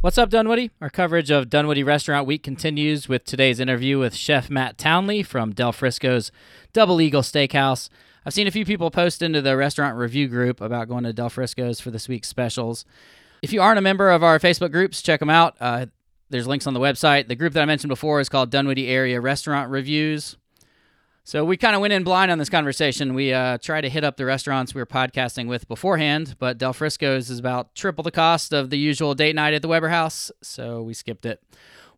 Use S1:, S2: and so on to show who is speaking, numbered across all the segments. S1: What's up, Dunwoody? Our coverage of Dunwoody Restaurant Week continues with today's interview with Chef Matt Townley from Del Frisco's Double Eagle Steakhouse. I've seen a few people post into the restaurant review group about going to Del Frisco's for this week's specials. If you aren't a member of our Facebook groups, check them out. Uh, there's links on the website. The group that I mentioned before is called Dunwoody Area Restaurant Reviews. So we kind of went in blind on this conversation. We uh, tried to hit up the restaurants we were podcasting with beforehand, but Del Frisco's is about triple the cost of the usual date night at the Weber House, so we skipped it.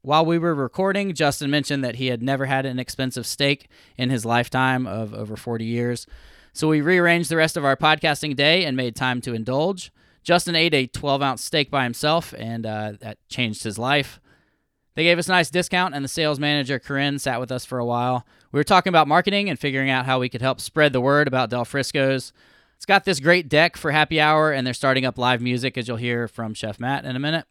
S1: While we were recording, Justin mentioned that he had never had an expensive steak in his lifetime of over 40 years. So we rearranged the rest of our podcasting day and made time to indulge. Justin ate a 12 ounce steak by himself, and uh, that changed his life. They gave us a nice discount, and the sales manager, Corinne, sat with us for a while. We were talking about marketing and figuring out how we could help spread the word about Del Frisco's. It's got this great deck for happy hour, and they're starting up live music, as you'll hear from Chef Matt in a minute.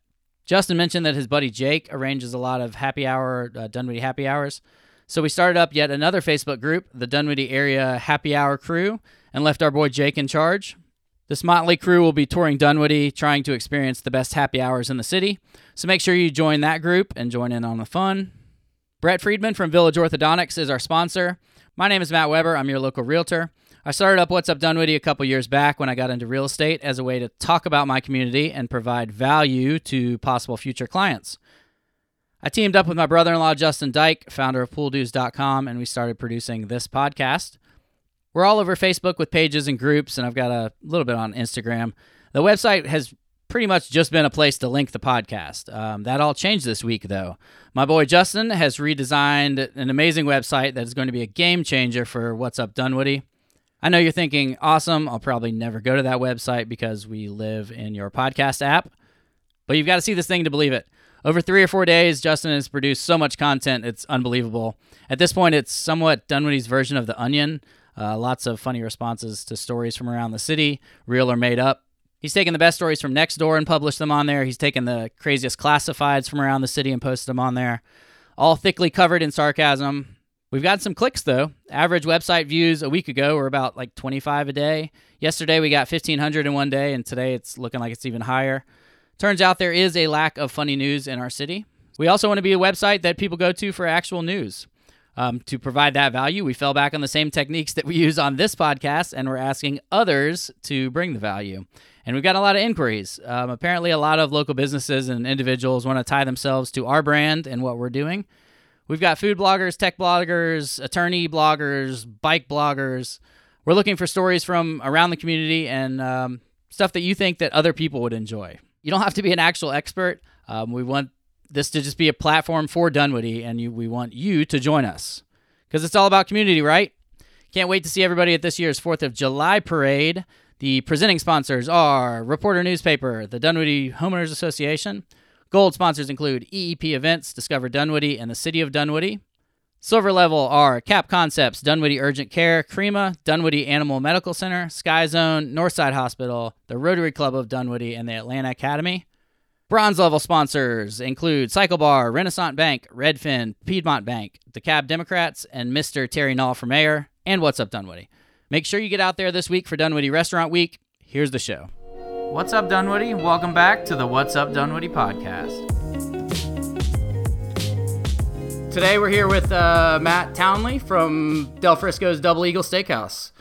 S1: Justin mentioned that his buddy Jake arranges a lot of happy hour, uh, Dunwoody happy hours. So we started up yet another Facebook group, the Dunwoody Area Happy Hour Crew, and left our boy Jake in charge. This motley crew will be touring Dunwoody, trying to experience the best happy hours in the city. So make sure you join that group and join in on the fun. Brett Friedman from Village Orthodontics is our sponsor. My name is Matt Weber. I'm your local realtor. I started up What's Up Dunwoody a couple years back when I got into real estate as a way to talk about my community and provide value to possible future clients. I teamed up with my brother in law, Justin Dyke, founder of pooldues.com, and we started producing this podcast. We're all over Facebook with pages and groups, and I've got a little bit on Instagram. The website has pretty much just been a place to link the podcast. Um, that all changed this week, though. My boy Justin has redesigned an amazing website that is going to be a game changer for What's Up Dunwoody. I know you're thinking, awesome, I'll probably never go to that website because we live in your podcast app, but you've got to see this thing to believe it. Over three or four days, Justin has produced so much content, it's unbelievable. At this point, it's somewhat Dunwoody's version of The Onion. Uh, lots of funny responses to stories from around the city, real or made up. He's taken the best stories from next door and published them on there. He's taken the craziest classifieds from around the city and posted them on there, all thickly covered in sarcasm. We've got some clicks though. Average website views a week ago were about like 25 a day. Yesterday we got 1500 in one day, and today it's looking like it's even higher. Turns out there is a lack of funny news in our city. We also want to be a website that people go to for actual news. Um, to provide that value, we fell back on the same techniques that we use on this podcast, and we're asking others to bring the value. And we've got a lot of inquiries. Um, apparently, a lot of local businesses and individuals want to tie themselves to our brand and what we're doing. We've got food bloggers, tech bloggers, attorney bloggers, bike bloggers. We're looking for stories from around the community and um, stuff that you think that other people would enjoy. You don't have to be an actual expert. Um, we want this to just be a platform for Dunwoody, and you, we want you to join us because it's all about community, right? Can't wait to see everybody at this year's 4th of July parade. The presenting sponsors are Reporter Newspaper, the Dunwoody Homeowners Association. Gold sponsors include EEP Events, Discover Dunwoody, and the City of Dunwoody. Silver level are Cap Concepts, Dunwoody Urgent Care, Crema, Dunwoody Animal Medical Center, Sky Zone, Northside Hospital, the Rotary Club of Dunwoody, and the Atlanta Academy. Bronze level sponsors include Cycle Bar, Renaissance Bank, Redfin, Piedmont Bank, the Cab Democrats, and Mr. Terry Knoll for mayor, and What's Up Dunwoody. Make sure you get out there this week for Dunwoody Restaurant Week. Here's the show. What's up, Dunwoody? Welcome back to the What's Up Dunwoody podcast. Today we're here with uh, Matt Townley from Del Frisco's Double Eagle Steakhouse.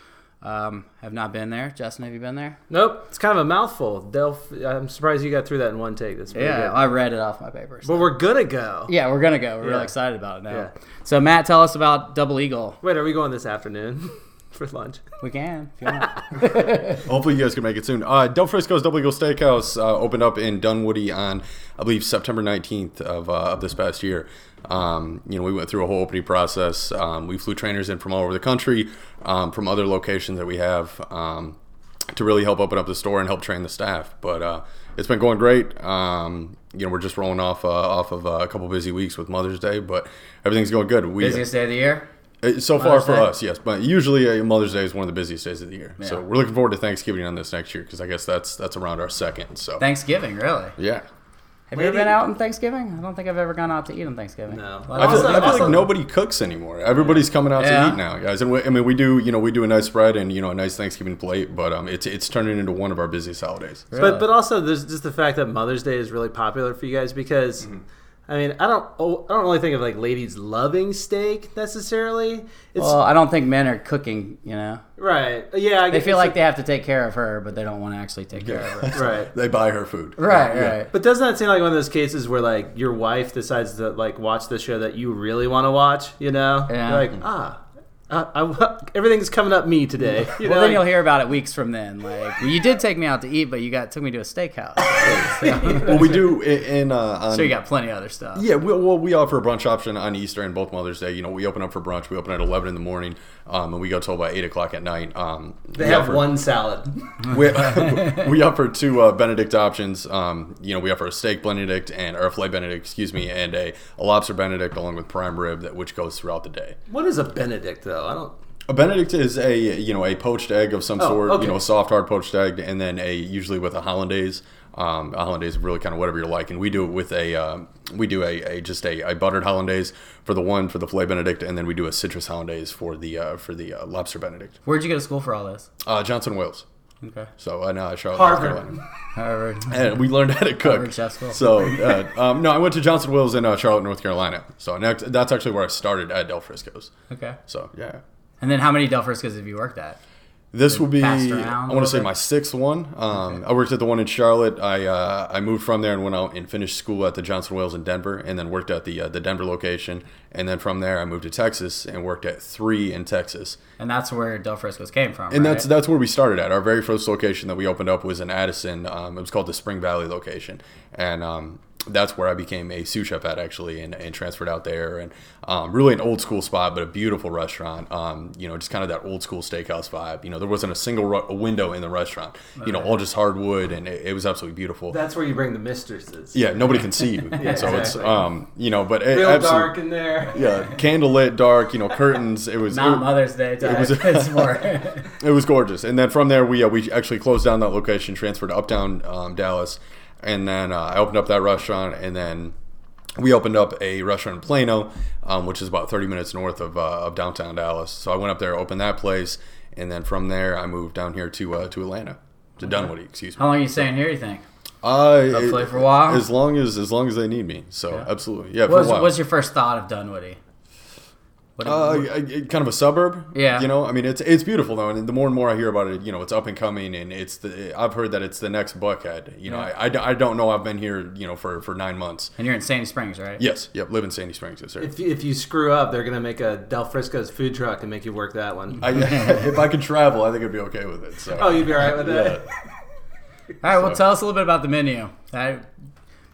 S1: Um, have not been there. Justin, have you been there?
S2: Nope, it's kind of a mouthful. Delph, I'm surprised you got through that in one take. That's pretty
S1: Yeah,
S2: good.
S1: I read it off my papers.
S2: but we're gonna go.
S1: Yeah, we're gonna go. We're really
S2: Yeah.
S1: excited about it now.
S2: Yeah.
S1: So Matt, tell us about Double Eagle.
S2: Wait, are we going this afternoon for lunch?
S1: We can. If you want.
S3: Hopefully, you guys can make it soon. Uh, Del Frisco's Double Eagle Steakhouse uh, opened up in Dunwoody on, I believe, September 19th of, uh, of this past year. Um, you know, we went through a whole opening process. Um, we flew trainers in from all over the country, um, from other locations that we have, um, to really help open up the store and help train the staff. But uh, it's been going great. Um, you know, we're just rolling off uh, off of uh, a couple busy weeks with Mother's Day, but everything's going good. We,
S1: Busiest day of the year.
S3: uh, So far
S1: Mother's
S3: for
S1: Day?
S3: us, yes, but usually uh, Mother's Day is one of the busiest days of the year. So
S1: Yeah.
S3: we're looking forward to Thanksgiving on this next year because I guess that's that's around our second. So
S1: Thanksgiving, really.
S3: yeah,
S4: Have you ever been out on Thanksgiving? I don't think I've ever gone out to eat on Thanksgiving.
S2: No.
S4: Well,
S3: I feel,
S2: Also-
S3: I feel
S2: also-
S3: like nobody cooks anymore. Everybody's coming out
S4: Yeah.
S3: to eat now, guys. And we, I mean, we do, you know, we do a nice spread and you know a nice Thanksgiving plate, but um, it's it's turning into one of our busiest holidays.
S4: Really?
S2: But but also there's just the fact that Mother's Day is really popular for you guys because
S4: Mm-hmm.
S2: I mean I don't oh, I don't really think of like ladies loving steak necessarily. It's
S4: well, I don't think men are cooking. You know,
S2: right. Uh, Yeah, I
S4: they
S2: guess
S4: feel
S2: it's
S4: like they have to take care of her, but they don't want to actually take care of her.
S2: right.
S3: They buy her food.
S4: Right,
S3: Yeah.
S4: right.
S2: But doesn't that seem like one of those cases where like your wife decides to like watch the show that you really want to watch? You know,
S4: Yeah.
S2: You're like ah, I, I- everything's coming up me today. You know,
S4: Well, then you'll
S2: like-
S4: hear about it weeks from then. Like you did take me out to eat, but you got took me to a steakhouse,
S3: Well, we do i- in uh, on
S4: so you got plenty of other stuff.
S3: Yeah, we, well, we offer a brunch option on Easter and both Mother's Day. You know, we open up for brunch. We open at eleven in the morning, um, and we go till about eight o'clock at night. Um,
S2: they
S3: we
S2: have
S3: offer-
S2: one salad.
S3: We, we offer two uh, Benedict options. Um, you know, we offer a steak Benedict and or a filet Benedict, excuse me, and a, a lobster Benedict along with prime rib, that which goes throughout the day.
S2: what is a Benedict though? I don't.
S3: A Benedict is a you know a poached egg of some
S2: Oh,
S3: sort,
S2: okay.
S3: you know, a soft hard poached egg, and then a usually with a hollandaise. Um, a hollandaise is really kind of whatever you're liking. We do it with a um, we do a, a just a, a buttered hollandaise for the one for the filet Benedict, and then we do a citrus hollandaise for the uh, for the uh, lobster Benedict.
S4: Where'd you go to school for all this?
S3: Uh, Johnson Wales.
S4: Okay,
S3: So uh, no, Charlotte, North
S2: Harvard.
S3: Carolina.
S4: Harvard.
S3: And we learned how to cook.
S4: Harvard Chef School.
S3: So, uh, um, no, I went to Johnson Wills in uh, Charlotte, North Carolina. So next, that's actually where I started at Del Frisco's.
S4: Okay.
S3: So yeah,
S4: And then how many Del Friscos have you worked at?
S3: this will be
S4: passed around
S3: I
S4: a
S3: want to
S4: little
S3: say
S4: bit?
S3: my sixth one. Um, I worked at the one in Charlotte. I uh, I moved from there and went out and finished school at the Johnson Wales in Denver, and then worked at the uh, the Denver location, and then from there I moved to Texas and worked at three in Texas.
S4: And that's where Del Friscos came from.
S3: And
S4: right?
S3: that's that's where we started at. Our very first location that we opened up was in Addison. Um, it was called the Spring Valley location, and um, that's where I became a sous chef at actually, and, and transferred out there. And um, really an old school spot, but a beautiful restaurant. Um, you know, just kind of that old school steakhouse vibe. You know, there wasn't a single ru- window in the restaurant. You know, all just hardwood, and it, it was absolutely beautiful.
S2: That's where you bring the mistresses.
S3: yeah, nobody can see you, so it's
S2: exactly.
S3: um, you know, but it,
S2: real
S3: absolute-
S2: dark in there.
S3: Yeah, candlelit, dark. You know, curtains. It was
S4: not
S3: it-
S4: Mother's Day. It
S3: was-
S4: it's more.
S3: It was gorgeous. And then from there, we uh, we actually closed down that location, transferred to Uptown um, Dallas, and then uh, I opened up that restaurant, and then we opened up a restaurant in Plano, um, which is about 30 minutes north of, uh, of downtown Dallas. So I went up there, opened that place, and then from there, I moved down here to uh, to Atlanta. To Dunwoody, excuse
S4: How
S3: me.
S4: long are you staying here? You think?
S3: Uh,
S4: Hopefully for a while.
S3: As long as as long as they need me. So absolutely, yeah. For
S4: What was,
S3: a while.
S4: what was your first thought of Dunwoody? What
S3: Uh, I- I- kind of a suburb.
S4: Yeah.
S3: You know, I mean, it's it's beautiful though, and the more and more I hear about it, you know, it's up and coming, and it's the I've heard that it's the next Buckhead. You know,
S4: Yeah.
S3: I, I d- I don't know. I've been here, you know, for for nine months.
S4: and you're in Sandy Springs, right?
S3: Yes. Yep. Live in Sandy Springs, yes, sir.
S2: If, if you screw up, they're gonna make a Del Frisco's food truck and make you work that one.
S3: I, if I could travel, I think I'd be okay with it. So.
S2: oh, you'd be all right with that.
S4: All right. Well, tell us a little bit about the menu. I,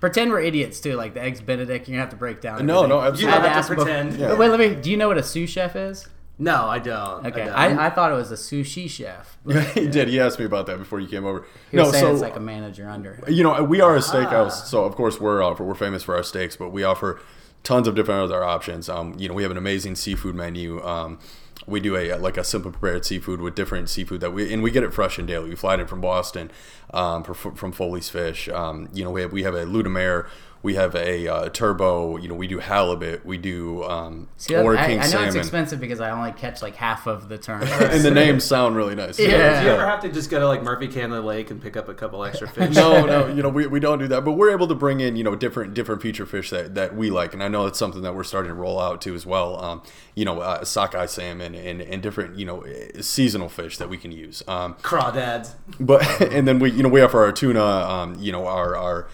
S4: pretend we're idiots too, like the eggs Benedict. You're gonna have to break down.
S3: No,
S4: everything.
S3: no,
S2: You
S3: absolutely.
S2: don't
S4: I
S2: have
S4: asked
S2: to
S4: before-
S2: pretend.
S3: Yeah.
S4: Wait, let me. Do you know what a sous chef is?
S2: No, I don't.
S4: Okay,
S2: I, don't.
S4: I, I thought it was a sushi chef. but
S3: he did. He asked me about that before you came over.
S4: He was saying it's like a manager under.
S3: you know, we
S4: Ah.
S3: are a steakhouse, so of course we're uh, we're famous for our steaks, but we offer tons of different other options. Um, you know, we have an amazing seafood menu. Um, we do a like a simple prepared seafood with different seafood that we and we get it fresh and daily. We fly it in from Boston, um, for, from Foley's Fish. Um, you know, we have we have a Ludamere. We have a uh, turbo. You know, we do halibut. We do um,
S4: See, that-
S3: or
S4: I,
S3: king
S4: I know it's
S3: salmon.
S4: expensive because I only catch like half of the term.
S3: And the names sound really nice.
S4: Yeah.
S2: Do you ever have to just go to like Murphy Candler Lake and pick up a couple extra fish?
S3: no, no, you know, we, we don't do that, but we're able to bring in, you know, different different feature fish that, that we like, and I know that's something that we're starting to roll out to as well. Um, you know, uh, sockeye salmon and, and different, you know, eh, seasonal fish that we can use. Um,
S2: Crawdads.
S3: but and then we, you know, we offer our tuna, um, you know, our our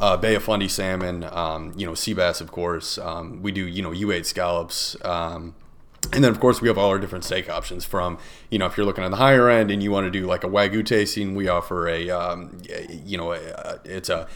S3: uh, Bay of Fundy salmon, um, you know, sea bass, of course. Um, we do, you know, U8 scallops. Um, and then, of course, we have all our different steak options. From you know, if you're looking on the higher end and you want to do like a wagyu tasting, we offer a um, you know, a, it's a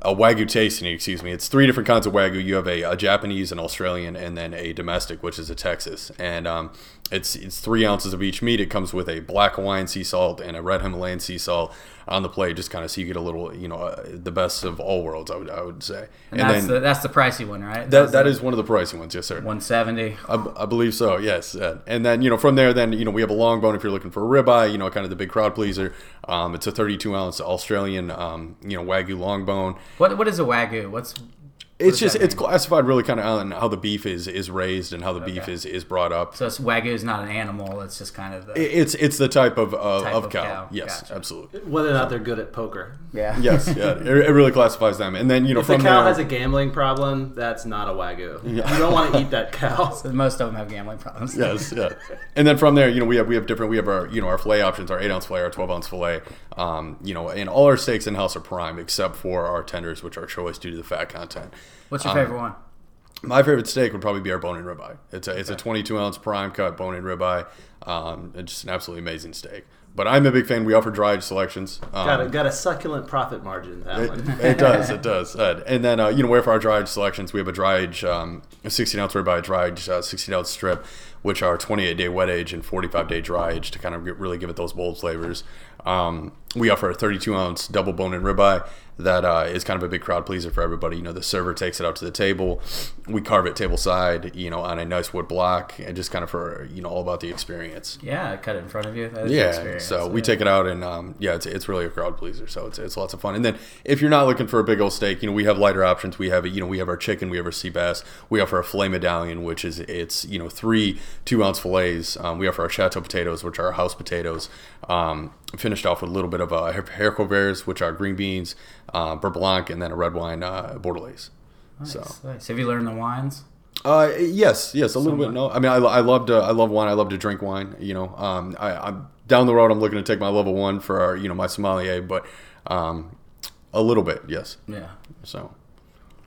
S3: a wagyu tasting. Excuse me, it's three different kinds of wagyu. You have a, a Japanese, an Australian, and then a domestic, which is a Texas. And um, It's it's three ounces of each meat. It comes with a black Hawaiian sea salt and a red Himalayan sea salt on the plate, just kind of so you get a little, you know, uh, the best of all worlds. I would I would say.
S4: And, that's the that's the pricey one, right?
S3: that, that is one of the pricey ones, yes, sir.
S4: one seventy.
S3: I, b- I believe so. Yes, Uh, and then you know from there, then you know we have a long bone if you're looking for a ribeye. You know, kind of the big crowd pleaser. Um, it's a 32 ounce Australian, um, you know, wagyu long bone.
S4: What what is a wagyu? What's
S3: It's
S4: does
S3: just
S4: that
S3: it's classified really kind of on how the beef is is raised and how the beef is is brought up.
S4: so it's wagyu is not an animal. It's just kind of the
S3: It- It's it's the type of uh,
S4: Type
S3: of,
S4: of
S3: cow.
S4: cow.
S3: Yes,
S4: Gotcha.
S3: absolutely.
S2: Whether or not they're good at poker.
S4: yeah
S3: Yes, yeah. It, it really classifies them. And then you know
S2: If the
S3: from
S2: cow
S3: there,
S2: has a gambling problem, that's not a wagyu. You don't want to eat that cow.
S4: Most of them have gambling problems.
S3: yes, yeah. And then from there, you know, we have we have different we have our you know our fillet options, our eight ounce fillet, our twelve ounce fillet. Um, you know, and all our steaks in house are prime except for our tenders, which are choice due to the fat content.
S4: What's
S3: Um,
S4: your favorite one?
S3: My favorite steak would probably be our bone in ribeye. It's a it's a twenty two ounce prime cut bone in ribeye. Um, it's just an absolutely amazing steak. But I'm a big fan. We offer dried selections. Um,
S2: Got a, got a succulent profit margin that one.
S3: it does. It does. Uh, and then, uh, you know, where for our dried selections, we have a dried um, a 16 ounce ribeye, dried uh, 16 ounce strip, which are 28 day wet age and 45 day dry age to kind of get, really give it those bold flavors. Um, we offer a 32 ounce double bone and ribeye that uh, is kind of a big crowd pleaser for everybody. You know, the server takes it out to the table. We carve it table side, you know, on a nice wood block and just kind of for, you know, all about the experience.
S4: Yeah, I cut it in front of you. That is an
S3: Yeah,
S4: experience.
S3: so we
S4: Yeah.
S3: take it out and um, yeah, it's, it's really a crowd pleaser. So it's, it's lots of fun. And then if you're not looking for a big old steak, you know we have lighter options. We have you know we have our chicken, we have our sea bass, we offer a filet medallion, which is it's you know three two ounce fillets. Um, we offer our chateau potatoes, which are our house potatoes. Um, finished off with a little bit of uh, haricot verts, which are green beans, uh, beurre blanc, and then a red wine uh, bordelaise. So
S4: Nice, nice. Have you learned the wines?
S3: uh, yes, yes, a little bit. No, I mean, I, I love to, I love wine. I love to drink wine. You know, um, I, I'm down the road. I'm looking to take my level one for our, you know, my sommelier, but, um, a little bit, yes.
S4: Yeah.
S3: So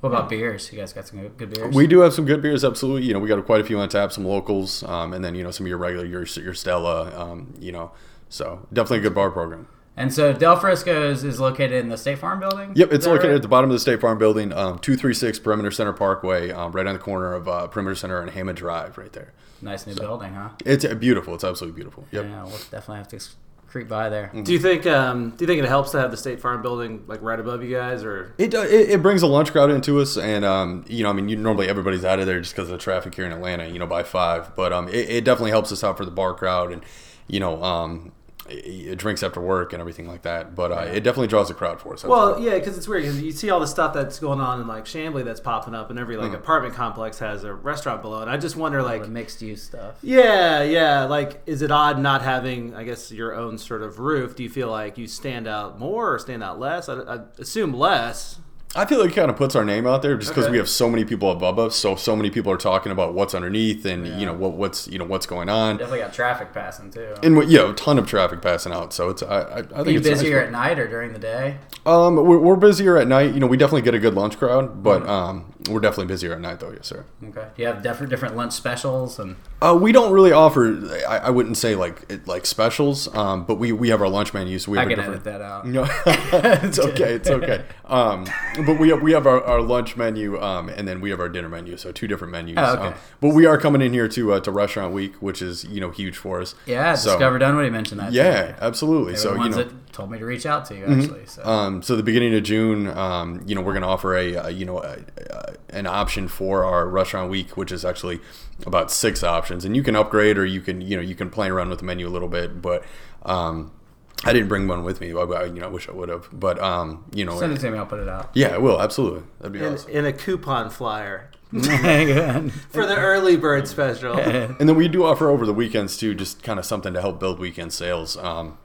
S4: What about beers? You guys got some good, good beers?
S3: we do have some good beers, absolutely. You know, we got quite a few on tap, some locals, um, and then you know some of your regular, your your Stella, um, you know. So definitely a good bar program.
S4: and so Del Frisco's is located in the State Farm building?
S3: Yep, it's
S4: Is that
S3: located
S4: right?
S3: at the bottom of the State Farm Building, um, two three six Perimeter Center Parkway, um, right on the corner of uh, Perimeter Center and Hammond Drive, right there.
S4: Nice new building, huh?
S3: It's uh, beautiful. It's absolutely beautiful. Yep. Mm.
S4: Yeah, we'll definitely have to s- creep by there.
S2: Do you think um, do you think it helps to have the State Farm building like right above you guys, or
S3: It, do- it, it brings a lunch crowd into us, and um, you know, I mean, you, normally everybody's out of there just because of the traffic here in Atlanta, you know, by five. But um, it, it definitely helps us out for the bar crowd, and you know, um, it, it drinks after work and everything like that. But uh, it definitely draws a crowd for us.
S2: Well, yeah, because it's weird because you see all the stuff that's going on in like Chambly that's popping up, and every like apartment complex has a restaurant below. And I just wonder, like,
S4: The mixed use stuff.
S2: yeah, yeah, like, is it odd not having, I guess, your own sort of roof? Do you feel like you stand out more or stand out less? I, I assume less.
S3: I feel like it kind of puts our name out there just because
S2: Okay.
S3: we have so many people above us, so so many people are talking about what's underneath and you know what what's you know what's going on,
S4: Definitely got traffic passing too.
S3: and we- yeah, a ton of traffic passing out. So it's I, I, I think
S4: Are you
S3: it's nice.
S4: busier at night or during the day?
S3: Um, we're, we're busier at night. You know, we definitely get a good lunch crowd,
S4: Mm-hmm.
S3: but um, we're definitely busier at night, though. Yes, sir.
S4: Okay. Do you have different different lunch specials and
S3: Uh, we don't really offer. I, I wouldn't say like it- like specials. Um, but we we have our lunch menus. So we
S4: I
S3: have a
S4: can
S3: different.
S4: edit that out.
S3: No, it's okay. It's okay. Um, but we have, we have our, our lunch menu, um, and then we have our dinner menu. So two different menus.
S4: Oh, okay.
S3: Um, but we are coming in here to uh, to Restaurant Week, which is you know huge for us.
S4: Yeah,
S3: So-
S4: Discover Dunwoody mentioned that.
S3: Yeah,
S4: too.
S3: absolutely.
S4: They were
S3: so
S4: the
S3: you
S4: ones
S3: know,
S4: that told me to reach out to you actually. So
S3: Um, so the beginning of June, um, you know, we're going to offer a, uh, you know, a, a, an option for our restaurant week, which is actually about six options, and you can upgrade or you can, you know, you can play around with the menu a little bit. But um, I didn't bring one with me. I, I- you know, I wish I would have. But um, you know,
S4: send it to me, I'll put it out.
S3: yeah, I will absolutely. That'd be
S2: In,
S3: awesome.
S2: in a coupon flyer
S4: Good.
S2: for the early bird special.
S3: And then we do offer over the weekends too, just kind of something to help build weekend sales. Um,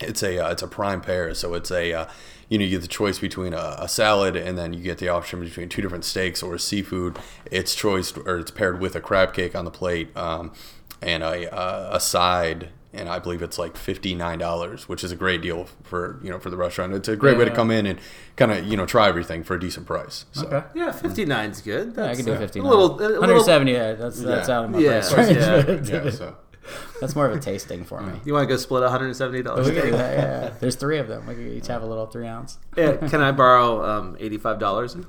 S3: it's a uh, it's a prime pair, so it's a uh, you know you get the choice between a, a salad and then you get the option between two different steaks or seafood. It's choice or it's paired with a crab cake on the plate um, and a uh, a side. And I believe it's like fifty nine dollars, which is a great deal for you know for the restaurant. It's a great way to
S4: Yeah.
S3: come in and kind of you know try everything for a decent price. So.
S4: Okay.
S2: Yeah, 59's good. That's
S4: I can do 50.
S2: a little, a little.
S4: 170. Yeah, that's that's
S3: Yeah.
S4: out of my
S2: Yeah,
S4: price range.
S2: yeah.
S3: Yeah, Mm-hmm. so.
S4: That's more of a tasting for me.
S2: You want to go split $170?
S4: We could do that, Oh, yeah. There's three of them. We could each have a little three ounce.
S2: Yeah, can I borrow um, $85?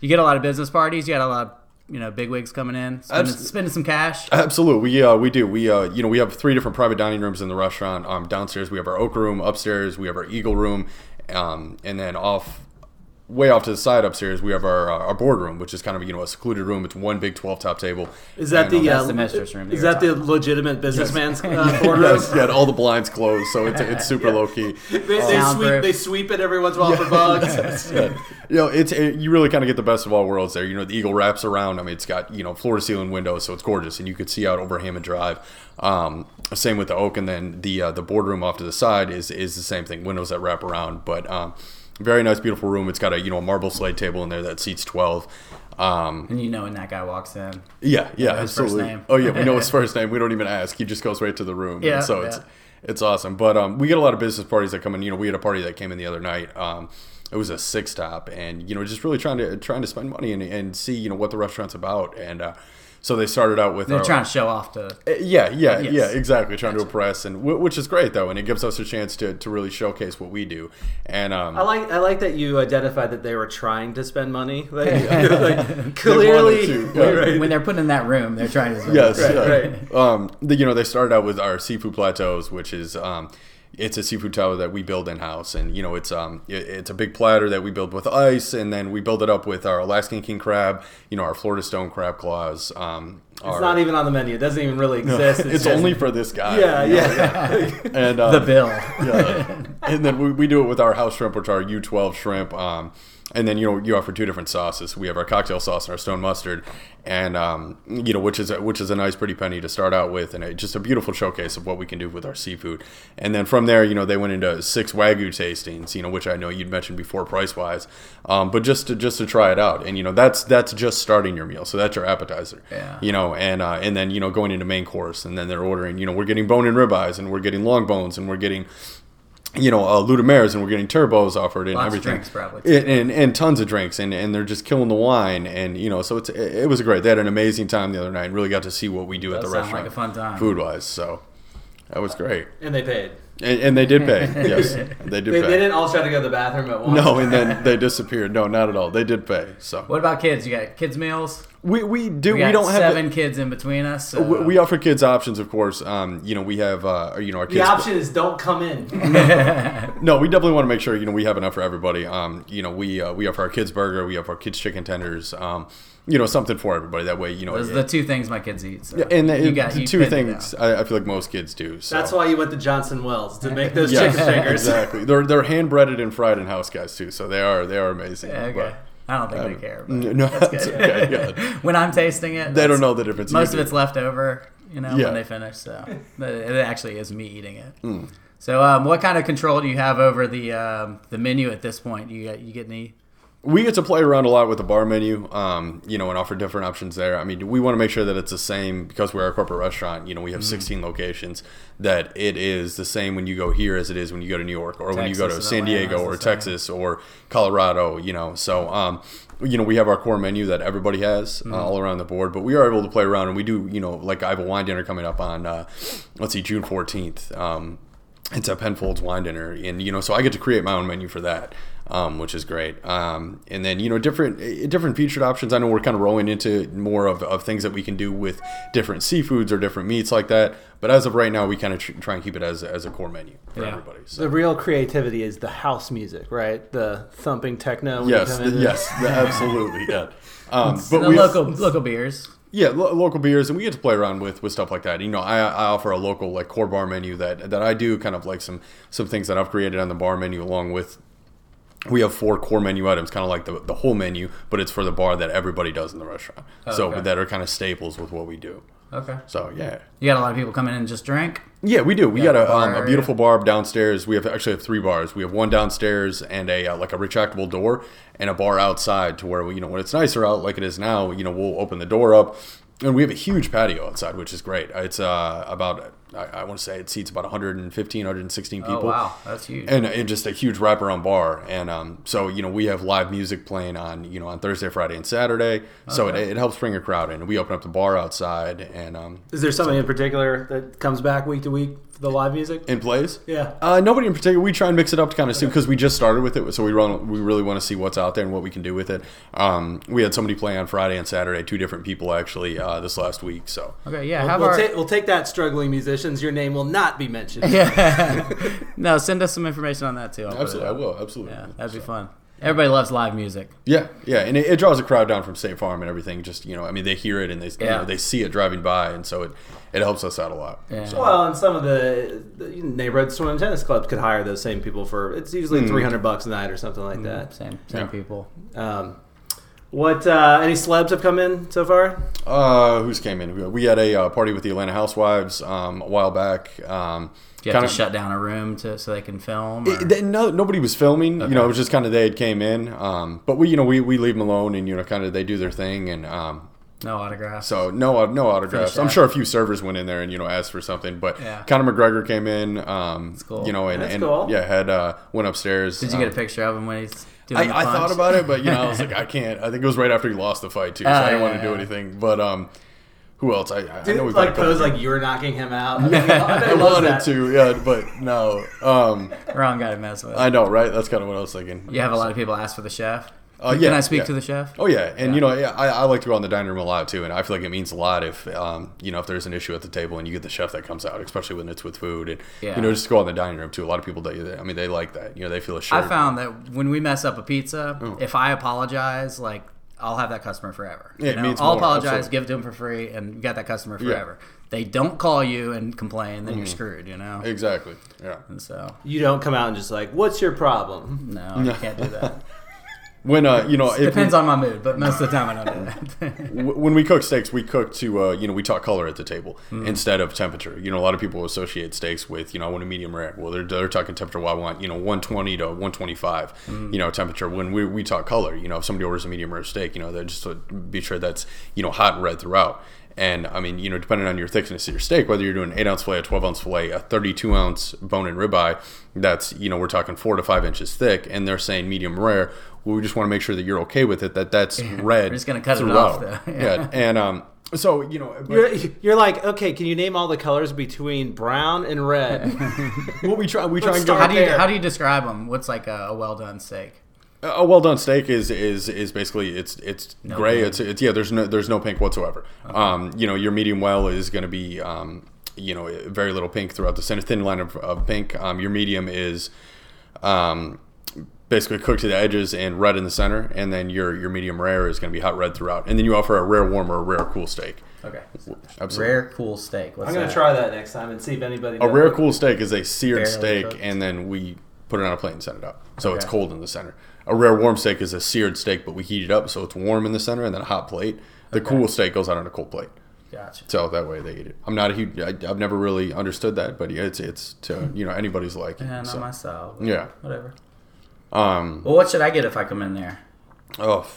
S4: You get a lot of business parties. You got a lot you know bigwigs coming in, spending,
S3: Abs-
S4: spending some cash.
S3: Absolutely, we uh, we do. We uh, you know we have three different private dining rooms in the restaurant. Um, downstairs we have our oak room. Upstairs we have our eagle room, um, and then off way off to the side upstairs we have our uh, our board room, which is kind of you know a secluded room. It's one big twelve top table.
S2: Is that
S3: And,
S2: the
S3: um,
S2: uh,
S4: That's the mistress room that
S2: Is
S4: you were
S2: that the legitimate businessman's uh, boardroom?
S3: yes, yeah, all the blinds closed, so it's it's super low key.
S2: They, they sweep
S4: Soundproof.
S2: they sweep it every once in a while for bugs.
S3: Yeah. You know, it's it, you really kind of get the best of all worlds there. You know, the eagle wraps around. I mean, it's got you know floor to ceiling windows, so it's gorgeous, and you could see out over Hammond Drive. Um, same with the oak, and then the uh, the boardroom off to the side is is the same thing, windows that wrap around. But um, very nice, beautiful room. It's got a you know a marble slate table in there that seats twelve. Um,
S4: and you know when that guy walks in,
S3: yeah, yeah,
S4: his first
S3: absolutely.
S4: name.
S3: Oh yeah, we know his first name. We don't even ask. He just goes right to the room.
S4: Yeah,
S3: and so
S4: yeah.
S3: it's it's awesome. But um, we get a lot of business parties that come in. You know, we had a party that came in the other night. Um, it was a six top, and you know, just really trying to trying to spend money and, and see you know what the restaurant's about. And uh, so they started out with
S4: they're
S3: our- Eh,
S4: trying to show off to.
S3: yeah, yeah,
S4: Yes.
S3: yeah, exactly. Trying to impress, and wh- which is great though, and it gives us a chance to, to really showcase what we do. And um,
S2: I like I like that you identified that they were trying to spend money. Like, like,
S3: wanted
S2: clearly,
S3: to, yeah.
S2: Right.
S4: When they're putting in that room, they're trying to.
S3: yes, yeah.
S2: right.
S3: Um, the, you know, they started out with our seafood plateaus, which is um, it's a seafood tower that we build in house, and you know, it's um, it, it's a big platter that we build with ice, and then we build it up with our Alaskan king crab, you know, our Florida stone crab claws. Um,
S2: It's not even on the menu. It doesn't even really exist.
S3: it's
S2: just-
S3: only for this guy.
S2: yeah,
S3: you know,
S2: yeah.
S3: And um,
S4: The bill.
S3: yeah. and then we, we do it with our house shrimp, which are U12 shrimp. Um, and then you know you offer two different sauces. We have our cocktail sauce and our stone mustard, and um, you know which is a, which is a nice pretty penny to start out with, and it, just a beautiful showcase of what we can do with our seafood. And then from there, you know they went into six wagyu tastings, you know which I know you'd mentioned before price wise, um, but just to just to try it out, and you know that's that's just starting your meal, so that's your appetizer.
S4: Yeah.
S3: You know, and uh, and then you know going into main course, and then they're ordering. You know we're getting bone and ribeyes, and we're getting long bones, and we're getting you know, uh, Ludomares, and we're getting turbos offered and
S4: Lots of
S3: everything.
S4: drinks, probably, too.
S3: And, and, and tons of drinks, and, and they're just killing the wine, and you know, so it's it, it was great. They had an amazing time the other night, and really got to see what we do at
S4: Does
S3: the
S4: sound
S3: restaurant,
S4: like a fun time.
S3: food wise. So that was great,
S2: And they paid.
S3: and, and they did pay. yes, they did
S2: They,
S3: pay.
S2: they didn't all try to go to the bathroom at once.
S3: no, and then they disappeared. No, not at all. They did pay. So
S4: What about kids? You got kids meals.
S3: we we do
S4: We,
S3: we,
S4: got
S3: don't have
S4: seven kids in between us. So.
S3: We, we offer kids options, of course. Um, you know, we have uh, you know our kids.
S2: The option is don't come in.
S3: No, we definitely want to make sure you know we have enough for everybody. Um, you know, we uh, we have our kids burger, we have our kids chicken tenders. Um, you know, something for everybody. That way, you know,
S4: Those are
S3: it-
S4: the two things my kids eat. So
S3: and the,
S4: you got
S3: the
S4: you
S3: two
S4: fend it
S3: things
S4: out.
S3: I, I feel like most kids do. So.
S2: That's why you went to Johnson Wells to make those
S3: Yes,
S2: chicken fingers.
S3: exactly. They're they're hand breaded and fried in house, guys, too. So they are they are amazing.
S4: Yeah, okay. I don't think they care.
S3: But,
S4: But
S3: no, that's Um, okay. yeah.
S4: when I'm tasting it,
S3: They
S4: that's-
S3: don't know the difference.
S4: Most
S3: You
S4: of it's
S3: do.
S4: left over, you know,
S3: Yeah. Mm.
S4: when they finish. So but it actually is me eating it. So, um, what kind of control do you have over the um, the menu at this point? You you get any?
S3: we get to play around a lot with the bar menu, um, you know, and offer different options there. I mean, we want to make sure that it's the same because we're a corporate restaurant. You know, we
S4: Mm-hmm.
S3: have 16 locations. That it is the same when you go here as it is when you go to New York or when you go to
S4: Texas
S3: San
S4: and Atlanta
S3: Diego
S4: is
S3: or
S4: the same.
S3: Texas or Colorado. You know, so um, you know we have our core menu that everybody has uh, all around the board, but we are able to play around and we do. You know, like I have a wine dinner coming up on uh, let's see, June 14th. Um, it's a Penfolds wine dinner, and you know, so I get to create my own menu for that, um, which is great. Um, and then you know, different eh, different featured options. I know we're kind of rolling into more of, of things that we can do with different seafoods or different meats like that. But as of right now, we kind of tr- try and keep it as, as a core menu for
S4: Yeah.
S3: everybody. So.
S2: The real creativity is the house music, right? The thumping techno. when you
S3: Yes,
S2: come
S3: the-
S2: in.
S3: yes, the- absolutely, yeah. Um, but
S4: the
S3: we
S4: local local beers.
S3: Yeah, lo- local beers, and we get to play around with with stuff like that. You know, I, I offer a local like core bar menu that that I do kind of like some some things that I've created on the bar menu along with. We have four core menu items, kind of like the, the whole menu, but it's for the bar that everybody does in the restaurant. So
S4: okay.
S3: that are kind of staples with what we do.
S4: Okay,
S3: So yeah,
S4: you got a lot of people coming in and just drink.
S3: yeah, we do. We got a,
S4: bar
S3: um, a
S4: area.
S3: beautiful bar downstairs. We have actually have three bars. We have one downstairs and a uh, like a retractable door and a bar outside to where we, you know when it's nicer out like it is now. You know we'll open the door up and we have a huge patio outside, which is great. It's uh, about I, I want to say it seats about 115, 116 people
S4: Oh wow, that's huge.
S3: and it just a huge wraparound bar. And um, so you know we have live music playing on you know on Thursday, Friday, and Saturday. So it, it helps bring a crowd in. We open up the bar outside and um,
S2: Is there something in particular that comes back week to week the live music?
S3: and plays.
S2: Yeah.
S3: Uh, nobody in particular. We try and mix it up to kind of see because we just started with it, so we run. We really want to see what's out there and what we can do with it. Um, we had somebody play on Friday and Saturday. Two different people actually uh, this last week. So
S1: Okay, yeah. Have
S2: we'll,
S1: our
S2: ta- we'll take that, struggling musicians. Your name will not be mentioned.
S1: yeah. no, send us some information on that too. I'll put it
S3: absolutely, I
S1: up.
S3: will absolutely.
S1: Yeah, that'd be fun. Everybody loves live music.
S3: Yeah, yeah, and it, it draws a crowd down from State Farm and everything. Just you know, I mean, they hear it and they you
S1: Yeah.
S3: know, they see it driving by, and so it it helps us out a lot.
S1: Yeah.
S3: So,
S2: Well, and some of the, the neighborhood swim and tennis clubs could hire those same people for it's
S3: Hmm.
S2: usually three hundred bucks a night or something like that.
S1: Same, same
S3: Yeah.
S1: people.
S2: Um, what uh, any celebs have come in so far?
S3: uh, who's came in? We had a uh, party with the Atlanta Housewives um, a while back. Um,
S1: Do you have to
S3: kinda-
S1: shut down a room to so they can film? or-
S3: It- they- no, nobody was filming. You know, it was just kind of they had came in. Um, but we, you know, we, we leave them alone, and you know, kind of they do their thing, and um,
S1: no autographs.
S3: so no no autographs.
S1: Finish
S3: I'm
S1: that.
S3: sure a few servers went in there and you know asked for something, but
S1: Yeah.
S3: Conor McGregor came in. Um,
S1: cool.
S3: You know, and,
S2: That's
S3: and
S2: cool.
S3: yeah, had uh, went upstairs. Um,
S1: Did you get a picture of him when he's doing the
S3: uh, I, I thought
S1: punch?
S3: about it, but you know, I was like, I can't. I think it was right after he lost the fight too, so
S1: Ah,
S3: I didn't
S1: yeah,
S3: want to do
S1: yeah.
S3: anything. But um, who else? I, I, I know
S2: Didn't
S3: we've
S2: like
S3: got a
S2: pose
S3: couple-
S2: like you're knocking him out. I, bet he- I bet
S3: I
S2: he loves
S3: wanted
S2: that.
S3: to, yeah, but no. Um,
S1: Wrong guy to mess with.
S3: I know, right? That's kind of what I was thinking.
S1: you have a lot of people ask for the chef.
S3: Uh,
S1: can
S3: yeah,
S1: I speak
S3: yeah.
S1: to the chef?
S3: Oh yeah, and you know, yeah, I, I like to go out in the dining room a lot too, and I feel like it means a lot if um, you know if there's an issue at the table and you get the chef that comes out, especially when it's with food, and
S1: Yeah.
S3: you know, just go out in the dining room too. A lot of people, that, I mean, they like that. You know, they feel assured.
S1: I found that when we mess up a pizza,
S3: Oh.
S1: if I apologize, like I'll have that customer forever.
S3: Yeah, it means
S1: I'll
S3: more,
S1: apologize,
S3: absolutely.
S1: give it to them for free, and you got that customer forever. They don't call you and complain, then you're
S3: Mm.
S1: screwed. You know.
S3: exactly. Yeah.
S1: And so
S2: You don't come out and just like, what's your problem?
S1: no, you can't do that.
S3: When uh, you know, if we,
S1: Depends on my mood, but most of the time I don't do that.
S3: w- when we cook steaks, we cook to uh, you know, we talk color at the table instead of temperature. You know, a lot of people associate steaks with you know, I want a medium rare. Well, they're they're talking temperature. Well, I want you know, 120 to 125. You know, temperature. When we we talk color, you know, if somebody orders a medium rare steak, you know, they just uh, be sure that's you know, hot and red throughout. And I mean, you know, depending on your thickness of your steak, whether you're doing an eight ounce fillet, a twelve ounce fillet, a thirty-two ounce bone-in ribeye, that's you know we're talking four to five inches thick, and they're saying medium rare. Well, we just want to make sure that you're okay with it. That that's red.
S1: just gonna cut it off,
S3: throughout.
S1: though.
S3: yeah. and um, so you know, but
S2: You're, you're like, okay, can you name all the colors between brown and red?
S3: what we try we try and
S1: How
S2: start
S3: go.
S1: do you
S2: There.
S1: how do you describe them? What's like a, a well done steak?
S3: A well done steak is is is basically it's it's gray.
S1: pink.
S3: It's it's yeah. There's no there's no pink whatsoever. Um, you know, your medium well is going to be um, you know, very little pink throughout the center thin line of, of pink. Um, your medium is um, basically cooked to the edges and red in the center, and then your your medium rare is going to be hot red throughout. And then you offer a rare warm or a rare cool steak.
S1: Okay.
S3: Absolutely.
S1: Rare cool steak. What's
S2: I'm gonna
S1: that?
S2: try that next time and see if anybody.
S3: A
S2: knows.
S3: rare cool steak is a seared
S1: Barely
S3: steak,
S1: cooked.
S3: and then we put it on a plate and set it up. So it's
S1: Okay.
S3: cold in the center. A rare warm steak is a seared steak, but we heat it up so it's warm in the center, and then a hot plate. The cool steak goes out on a cold plate,
S1: Gotcha.
S3: so that way they eat it. I'm not a huge. I, I've never really understood that, but it's it's to you know anybody's liking.
S1: Yeah, not
S3: so.
S1: my style. but
S3: Yeah.
S1: Whatever.
S3: Um.
S1: Well, what should I get if I come in there?
S3: Oh,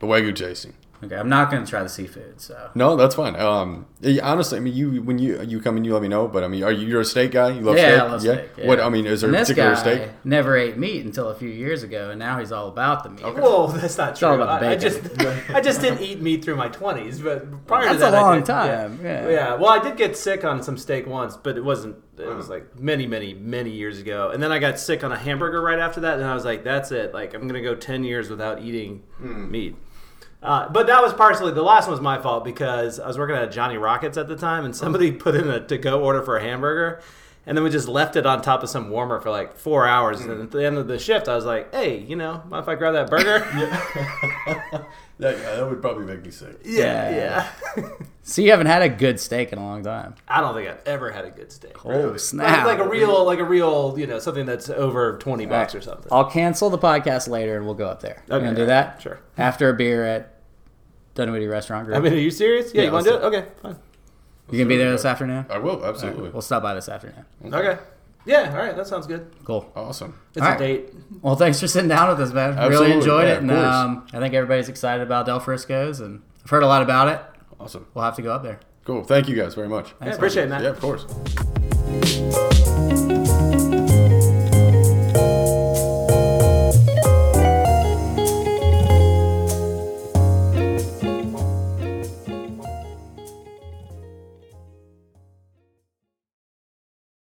S3: the wagyu tasting.
S1: Okay, I'm not gonna try the seafood. So
S3: No, that's fine. Um. yeah, Honestly, I mean, you when you you come in, you let me know. But I mean, are you you're a steak guy? You love
S1: yeah,
S3: steak.
S1: I love steak. yeah.
S3: What I mean is there
S1: And
S3: a
S1: this
S3: particular
S1: guy
S3: steak?
S1: Never ate meat until a few years ago, and now he's all about the meat.
S2: Whoa, that's not true.
S1: all about the
S2: I, I just,
S1: bacon.
S2: I just didn't eat meat through my 20s, but prior to
S1: That's
S2: that,
S1: a
S2: I
S1: long
S2: did,
S1: time,
S2: Yeah.
S1: yeah.
S2: Yeah, Well, I did get sick on some steak once, but it wasn't. It was like many, many, many years ago. And then I got sick on a hamburger right after that, and I was like, "That's it. Like, I'm gonna go 10 years without eating meat." Uh, but that was partially the last one was my fault because I was working at Johnny Rockets at the time, and somebody put in a to-go order for a hamburger, and then we just left it on top of some warmer for like four hours. And at the end of the shift, I was like, "Hey, you know, mind if I grab that burger?"
S3: That, yeah, that would probably make me sick.
S2: Yeah, yeah.
S1: Yeah. So you haven't had a good steak in a long time.
S2: I don't think I've ever had a good steak.
S1: Oh
S2: Like,
S1: snap!
S2: like a real, like a real, you know, something that's over twenty bucks or something.
S1: I'll cancel the podcast later, and we'll go up there. Okay, you gonna do that
S2: Sure.
S1: after a beer at Dunwoody Restaurant Group.
S2: I mean, are you serious? Yeah,
S1: Yeah,
S2: you want to do it?
S1: let's
S2: Okay, fine.
S1: you gonna be there this afternoon?
S3: I will absolutely.
S1: We'll stop by this afternoon.
S2: Okay. Yeah, all right, that sounds good.
S1: Cool.
S3: Awesome.
S2: It's
S1: All
S2: a
S1: right.
S2: date.
S1: Well, thanks for sitting down with us, man.
S3: Absolutely.
S1: Really enjoyed
S3: Yeah,
S1: it,
S3: of
S1: and
S3: course.
S1: um, I think everybody's excited about Del Frisco's, and I've heard a lot about it.
S3: Awesome.
S1: We'll have to go up there.
S3: Cool. Thank you guys very much.
S2: Yeah, appreciate it, Matt.
S3: Yeah, of course.